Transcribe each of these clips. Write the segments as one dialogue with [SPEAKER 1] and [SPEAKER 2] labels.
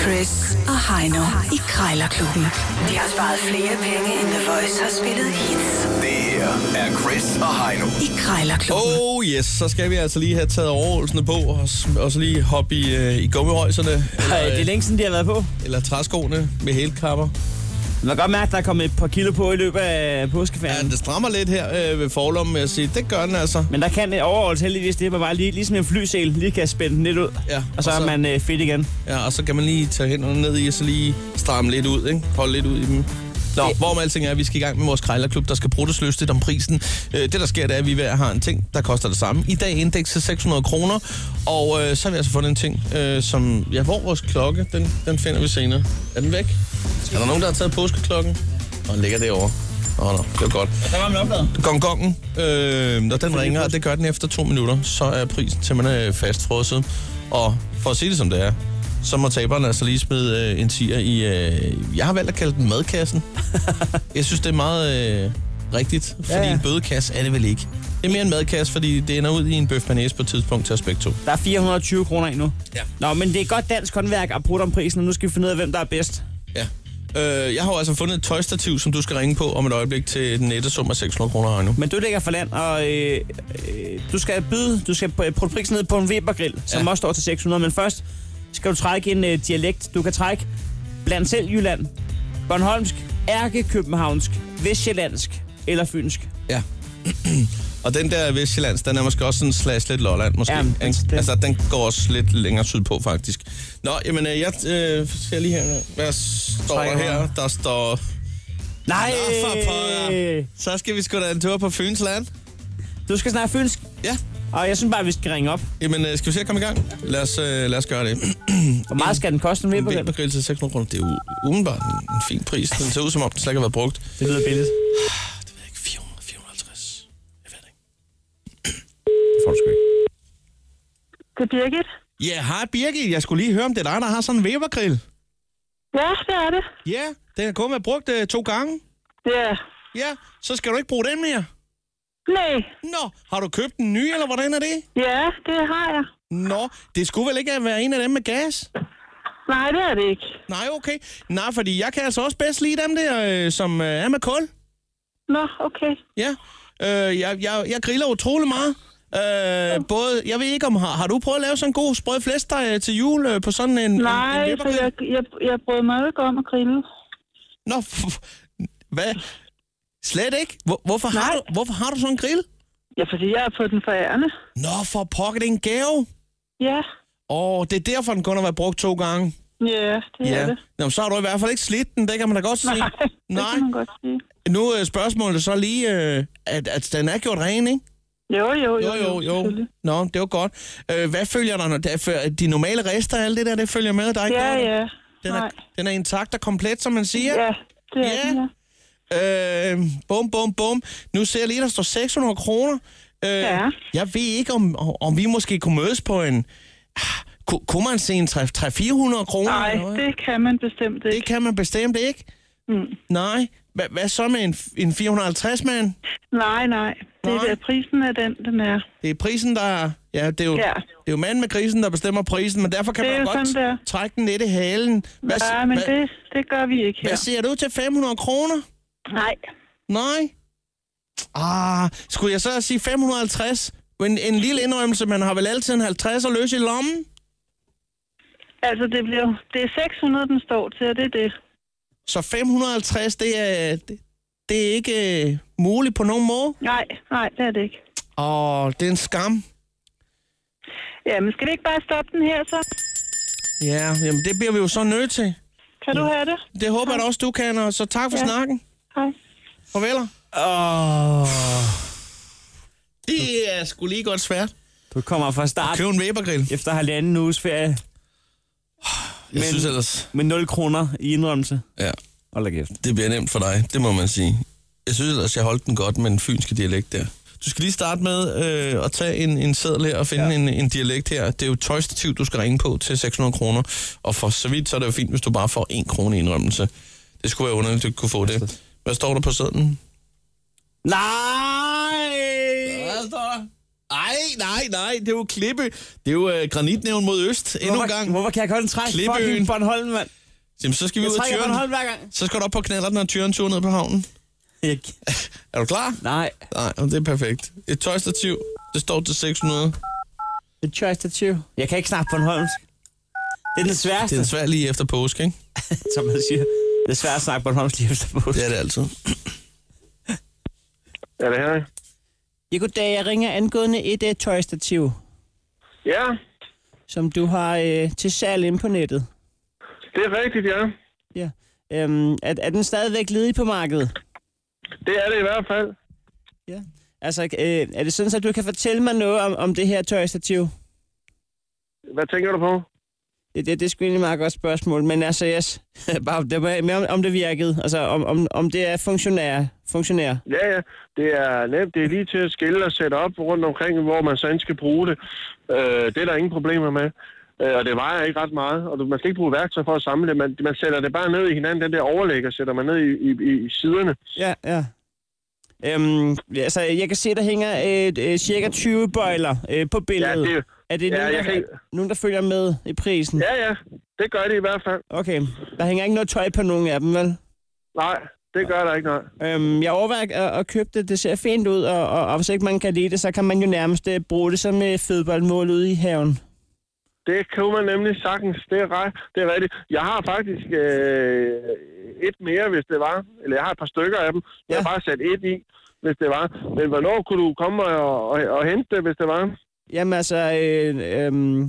[SPEAKER 1] Chris og Heino i Krejlerklubben. De har sparet flere penge, end The Voice har spillet hits
[SPEAKER 2] Det her er Chris og Heino.
[SPEAKER 1] i Krejlerklubben.
[SPEAKER 3] Oh yes, så skal vi altså lige have taget overholdsene på, og, s- og så lige hoppe i, øh, i gummihøjserne,
[SPEAKER 4] Ej,
[SPEAKER 3] eller,
[SPEAKER 4] det er
[SPEAKER 3] øh,
[SPEAKER 4] længe siden, de har været på.
[SPEAKER 3] eller træskoene med hælklapper.
[SPEAKER 4] Man kan godt mærke, at der er kommet et par kilo på i løbet af
[SPEAKER 3] Ja,
[SPEAKER 4] påskeferien.
[SPEAKER 3] det strammer lidt her øh, ved forlommen, med at sige, det gør den altså.
[SPEAKER 4] Men der kan øh, overholdes heldigvis det, at man bare lige, ligesom en flysel lige kan spænde den lidt ud.
[SPEAKER 3] Ja,
[SPEAKER 4] og så
[SPEAKER 3] og så-
[SPEAKER 4] er man øh, fedt igen.
[SPEAKER 3] Ja, og så kan man lige tage hænderne ned i, og så lige stramme lidt ud, ikke? Holde lidt ud i dem. Nå,
[SPEAKER 4] Det-
[SPEAKER 3] hvor med alting er, vi skal i gang med vores krejlerklub, der skal bruges lystigt om prisen. Øh, det, der sker, det er, at vi hver har en ting, der koster det samme. I dag indekset 600 kroner, og øh, så har vi altså fundet en ting, øh, som... Ja, hvor er vores klokke, den, den finder vi senere. Er den væk? Er der nogen, der har taget påskeklokken? Og den ligger derovre. Åh, oh, no, det var godt.
[SPEAKER 4] Der var man opdaget.
[SPEAKER 3] Gongongen, øh, når den ringer, og det gør den efter to minutter, så er prisen simpelthen øh, fastfrosset. Og for at sige det som det er, så må taberen altså lige smide øh, en tier i, øh, jeg har valgt at kalde den madkassen. jeg synes, det er meget øh, rigtigt, fordi
[SPEAKER 4] Ja,
[SPEAKER 3] ja,
[SPEAKER 4] ja.
[SPEAKER 3] en bødekasse er det vel ikke. Det er mere en madkasse, fordi det ender ud i en bøf manæs på et tidspunkt til aspekt 2.
[SPEAKER 4] Der er 420 kroner i nu.
[SPEAKER 3] Ja.
[SPEAKER 4] Nå, men det er godt dansk håndværk at bruge om prisen, og nu skal vi finde ud af, hvem der er bedst.
[SPEAKER 3] Ja. Øh, jeg har jo altså fundet et tøjstativ, som du skal ringe på om et øjeblik til den nette sum af 600 kroner nu.
[SPEAKER 4] Men du ligger for land, og øh, øh, du skal byde, du skal p- putte prisen ned på en Webergrill, som
[SPEAKER 3] Ja.
[SPEAKER 4] også står til 600. Men først skal du trække en øh, dialekt. Du kan trække blandt selv Jylland, Bornholmsk, Ærke-Københavnsk, Vestjyllandsk eller Fynsk.
[SPEAKER 3] Ja. og den der Vestjyllands, den er måske også sådan slash lidt Lolland, måske.
[SPEAKER 4] Ja, men
[SPEAKER 3] ikke?
[SPEAKER 4] den-
[SPEAKER 3] Altså, den går også lidt længere sydpå, faktisk. Nå, jamen, øh, jeg øh, ser lige her, hvad står der
[SPEAKER 4] Trækker
[SPEAKER 3] her?
[SPEAKER 4] over.
[SPEAKER 3] Der står...
[SPEAKER 4] Nej!
[SPEAKER 3] Nå, Ah, for pokker. Så skal vi sgu da en tur på Fynsland.
[SPEAKER 4] Du skal snakke fynsk,
[SPEAKER 3] Ja,
[SPEAKER 4] og jeg synes bare, vi skal ringe op.
[SPEAKER 3] jamen, øh, skal vi se at komme i gang? Lad os, øh, lad os gøre det.
[SPEAKER 4] Hvor meget skal den koste en
[SPEAKER 3] En
[SPEAKER 4] Webergrill?
[SPEAKER 3] Webergrill til 600 kroner, det er jo umiddelbart en- en fin pris. Den ser ud, som om den slet ikke har været brugt.
[SPEAKER 4] Det lyder billigt.
[SPEAKER 3] Det ved jeg ikke, 400, 450. Jeg ved det ikke.
[SPEAKER 4] Får du sgu ikke.
[SPEAKER 5] Det er Birgit.
[SPEAKER 3] Ja, hej Birgit. Jeg skulle lige høre, om det er dig, der har sådan en Webergrill.
[SPEAKER 5] Ja, det er det.
[SPEAKER 3] Ja, den er kun været brugt øh, to gange.
[SPEAKER 5] Ja.
[SPEAKER 3] Ja, så skal du ikke bruge den mere.
[SPEAKER 5] Nej.
[SPEAKER 3] Nå, har du købt en ny, eller hvordan er det?
[SPEAKER 5] Ja, det har jeg.
[SPEAKER 3] Nå, det skulle vel ikke være en af dem med gas?
[SPEAKER 5] Nej, det er det ikke.
[SPEAKER 3] Nej, okay. Nej, fordi jeg kan altså også bedst lide dem der, øh, som øh, er med kul.
[SPEAKER 5] Nå, okay.
[SPEAKER 3] Ja, øh, jeg, jeg, jeg griller utrolig meget. Øh, både, jeg ved ikke om, har, har du prøvet at lave sådan en god sprød flæstdej øh, til jul øh, på sådan en... en, en
[SPEAKER 5] Nej, for
[SPEAKER 3] løbergrill?
[SPEAKER 5] jeg, jeg, jeg brød mig jo ikke om at grille.
[SPEAKER 3] Nå, hvad? Slet ikke? Hvor, hvorfor, har du, hvorfor har du sådan en grill?
[SPEAKER 5] Ja, fordi jeg er på den forærende.
[SPEAKER 3] Nå, for pokker, det er en gave.
[SPEAKER 5] Ja.
[SPEAKER 3] Åh, det er derfor, den kun har været brugt to gange.
[SPEAKER 5] Ja, det er det.
[SPEAKER 3] Nå, men så har du i hvert fald ikke slidt den, det kan man da godt sige.
[SPEAKER 5] Nej, det
[SPEAKER 3] Nej.
[SPEAKER 5] kan man godt sige.
[SPEAKER 3] Nu er spørgsmålet så lige, øh, at, at den er gjort ren, ikke?
[SPEAKER 5] Jo, jo, jo. selvfølgelig.
[SPEAKER 3] Nå, det var godt. Øh, hvad følger der? når- der fø- De normale rester og alt det der, det følger med dig?
[SPEAKER 5] Ja, ja.
[SPEAKER 3] Den er,
[SPEAKER 5] Nej.
[SPEAKER 3] den er intakt og komplet, som man siger.
[SPEAKER 5] Ja, det er
[SPEAKER 3] Ja.
[SPEAKER 5] den, ja.
[SPEAKER 3] Øh, bum, bum, bum. Nu ser jeg lige, der står 600 kroner. Øh,
[SPEAKER 5] Ja.
[SPEAKER 3] Jeg ved ikke, om, om vi måske kunne mødes på en... Ah, ku- Kunne man se en 300-400 kroner?
[SPEAKER 5] Nej,
[SPEAKER 3] eller hvad?
[SPEAKER 5] det kan man bestemt
[SPEAKER 3] det
[SPEAKER 5] ikke.
[SPEAKER 3] kan man bestemt ikke. Mm. Nej. Hva, hvad så med en, en 450-mand?
[SPEAKER 5] Nej, nej. Det er
[SPEAKER 3] Nej.
[SPEAKER 5] der, prisen af den, den er.
[SPEAKER 3] Det er prisen, der... er- Ja, det er jo, ja.
[SPEAKER 5] Ja.
[SPEAKER 3] det er jo manden med grisen, der bestemmer prisen, men derfor kan
[SPEAKER 5] Det er
[SPEAKER 3] man jo
[SPEAKER 5] jo
[SPEAKER 3] godt
[SPEAKER 5] sådan, det er.
[SPEAKER 3] trække den lidt i halen. Hvad, si-
[SPEAKER 5] Nej, men
[SPEAKER 3] hvad,
[SPEAKER 5] det, det gør vi ikke
[SPEAKER 3] hvad
[SPEAKER 5] her.
[SPEAKER 3] siger du til 500 kroner?
[SPEAKER 5] Nej.
[SPEAKER 3] Nej. Ah, skulle jeg så sige 550? En, en lille indrømmelse, man har vel altid en 50 og løs i lommen?
[SPEAKER 5] Altså, det, bliver, jo- det er 600, den står til, og det er det.
[SPEAKER 3] Så 550, det er, det, det er ikke øh, muligt på nogen måde.
[SPEAKER 5] Nej, nej, det er det ikke.
[SPEAKER 3] Åh, det er en skam.
[SPEAKER 5] Ja, men skal vi ikke bare stoppe den her så?
[SPEAKER 3] Ja, jamen det bliver vi jo så nødt til.
[SPEAKER 5] Kan du have det?
[SPEAKER 3] Det håber jeg da også, du kan, og så tak for ja.
[SPEAKER 5] Ja.
[SPEAKER 3] snakken.
[SPEAKER 5] Hej.
[SPEAKER 3] Farveler.
[SPEAKER 4] Åh,
[SPEAKER 3] Det er sgu lige godt svært.
[SPEAKER 4] du kommer fra start
[SPEAKER 3] Køb en Webergrill.
[SPEAKER 4] efter halvanden uges ferie
[SPEAKER 3] Jeg
[SPEAKER 4] Men-
[SPEAKER 3] synes ellers,
[SPEAKER 4] med 0 kroner i indrømmelse.
[SPEAKER 3] ja,
[SPEAKER 4] Hold da kæft.
[SPEAKER 3] det bliver nemt for dig, det må man sige. Jeg synes ellers, jeg holdt den godt med den fynske dialekt der. Du skal lige starte med øh, at tage en, en seddel her og finde ja. en, en dialekt her. Det er jo tøjstativ, du skal ringe på til 600 kroner. Og for så vidt, så er det jo fint, hvis du bare får 1 krone i indrømmelse. Det skulle være underligt, at du ikke kunne få det. Hvad står der på sedlen?
[SPEAKER 4] Nej!
[SPEAKER 3] står der? Ej, nej, nej, det er jo Klippe. Det er jo øh, granitnævn mod øst. Endnu en
[SPEAKER 4] Hvorfor-
[SPEAKER 3] gang.
[SPEAKER 4] Hvorfor kan jeg kun trække
[SPEAKER 3] Klippeøen.
[SPEAKER 4] fucking Bornholm, mand?
[SPEAKER 3] Jamen, så skal vi
[SPEAKER 4] Jeg
[SPEAKER 3] ud af
[SPEAKER 4] trækker
[SPEAKER 3] tyren.
[SPEAKER 4] Bornholm hver gang.
[SPEAKER 3] Så skal du op på knallerne og tyren tur ned på havnen.
[SPEAKER 4] Ikke.
[SPEAKER 3] Er du klar?
[SPEAKER 4] Nej,
[SPEAKER 3] Nej, men det er perfekt. Et tøjstativ, det står til 600.
[SPEAKER 4] det er choice tattoo. Jeg kan ikke snakke Bornholmsk. Det er den
[SPEAKER 3] Det
[SPEAKER 4] sværeste,
[SPEAKER 3] er en svær lige efter påske, ikke?
[SPEAKER 4] som man siger. Det er svært at snakke Bornholmsk lige efter påske.
[SPEAKER 3] Det er det altid.
[SPEAKER 6] Er det Henrik?
[SPEAKER 4] Ja, goddag. Jeg ringer angående et uh, tøjstativ,
[SPEAKER 6] Ja,
[SPEAKER 4] som du har uh, til salg inde på nettet.
[SPEAKER 6] det er rigtigt, ja.
[SPEAKER 4] Ja. Øhm, er, er den stadigvæk ledig på markedet?
[SPEAKER 6] Det er det i hvert fald.
[SPEAKER 4] Ja. Altså, øh, er det sådan, at du kan fortælle mig noget om, om det her tøjstativ?
[SPEAKER 6] Hvad tænker du på?
[SPEAKER 4] Det, det, det er sgu egentlig et meget godt spørgsmål, men altså, yes. Bare om det, var mere om, om det virkede, altså om, om, om det er funktionær. funktionær.
[SPEAKER 6] Ja, ja. Det er nemt. Det er lige til at skille og sætte op rundt omkring, hvor man så end skal bruge det. Øh, det er der ingen problemer med. Øh, og det vejer ikke ret meget. Og du- man skal ikke bruge værktøj for at samle det. Man, man sætter det bare ned i hinanden. Den der overlægger sætter man ned i, i, i- i siderne.
[SPEAKER 4] Ja, ja. Øhm, ja, altså, jeg kan se, der hænger øh, øh, cirka 20 bøjler øh, på
[SPEAKER 6] Ja,
[SPEAKER 4] billedet.
[SPEAKER 6] det,
[SPEAKER 4] er det
[SPEAKER 6] ja,
[SPEAKER 4] nogen,
[SPEAKER 6] jeg
[SPEAKER 4] der,
[SPEAKER 6] kan ikke-
[SPEAKER 4] nogen, der følger med i prisen?
[SPEAKER 6] ja, ja. Det gør det i hvert fald.
[SPEAKER 4] Okay. Der hænger ikke noget tøj på nogen af dem, vel?
[SPEAKER 6] Nej, det gør der ikke noget.
[SPEAKER 4] Øhm, jeg overvejer at, at købe det. Det ser fint ud, og, og, og hvis ikke man kan lide det, så kan man jo nærmest øh, bruge det som øh, fodboldmål ude i haven.
[SPEAKER 6] Det kunne man nemlig sagtens. Det er, ret, det er rigtigt. Jeg har faktisk øh, et mere, hvis det var. Eller jeg har et par stykker af dem. Jeg har
[SPEAKER 4] Ja.
[SPEAKER 6] bare sat et i, hvis det var. Men hvornår kunne du komme og, og, og hente det, hvis det var?
[SPEAKER 4] Jamen altså, øh, øh,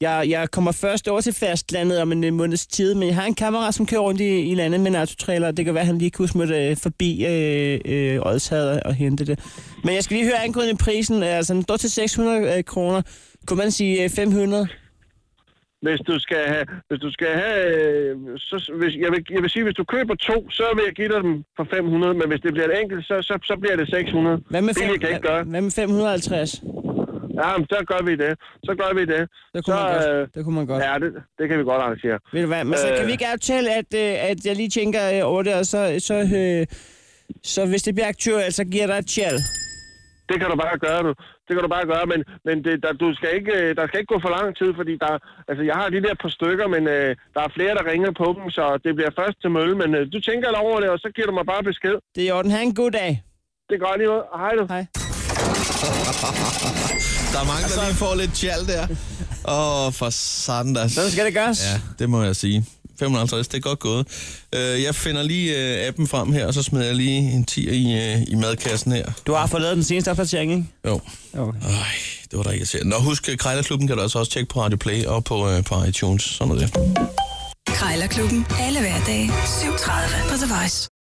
[SPEAKER 4] jeg, jeg kommer først over til fastlandet om en øh, måneds tid, men jeg har en kammerat, som kører rundt i, i landet med en autotrailer, og det kan være, at han lige kunne smutte øh, forbi øh, øh, Odshavet og hente det. Men jeg skal lige høre angående prisen. Altså, den står til 600 øh, kroner. Kunne man sige øh, 500?
[SPEAKER 6] Hvis du skal have... Hvis du skal have øh, så, hvis, jeg, vil, jeg vil sige, hvis du køber to, så vil jeg give dig dem for 500. Men hvis det bliver et enkelt, så, så, så bliver det 600.
[SPEAKER 4] Hvad med,
[SPEAKER 6] Billigere kan jeg ikke
[SPEAKER 4] hvad,
[SPEAKER 6] gøre.
[SPEAKER 4] hvad med 550?
[SPEAKER 6] Ja, men så gør vi det. Så gør vi det.
[SPEAKER 4] Det kunne, man
[SPEAKER 6] så, øh,
[SPEAKER 4] godt. det kunne man godt.
[SPEAKER 6] ja, det, det kan vi godt arrangere.
[SPEAKER 4] Ved du hvad, men så kan
[SPEAKER 6] Øh.
[SPEAKER 4] vi ikke aftale, at, øh, at jeg lige tænker øh, over det, og så, så, øh, så hvis det bliver aktuelt, så giver jeg dig et tjal.
[SPEAKER 6] Det kan du bare gøre, du. Det kan du bare gøre, men, men det, der, du skal ikke, øh, der skal ikke gå for lang tid, fordi der, altså, jeg har de der par stykker, men øh, der er flere, der ringer på dem, så det bliver først til mølle. Men øh, du tænker lidt over det, og så giver du mig bare besked.
[SPEAKER 4] Det er i orden. Ha' en god dag.
[SPEAKER 6] Det gør jeg lige noget. Hej du.
[SPEAKER 4] Hej.
[SPEAKER 3] Der er mange, der lige får lidt tjal der. Åh, for satan da.
[SPEAKER 4] Sådan skal det gøres.
[SPEAKER 3] Ja, det må jeg sige. 550, det er godt gået. Øh, Jeg finder lige øh, appen frem her, og så smider jeg lige en 10 i, øh, i madkassen her.
[SPEAKER 4] Du har fået lavet den seneste opdatering, ikke?
[SPEAKER 3] Jo.
[SPEAKER 4] Okay.
[SPEAKER 3] Øj, det var da irriterende. Nå, husk, Krejlerklubben kan du altså også tjekke på Radio Play og på, øh, på iTunes. Sådan er det.
[SPEAKER 1] Krejlerklubben. Alle hverdage. 7.30 på The Voice.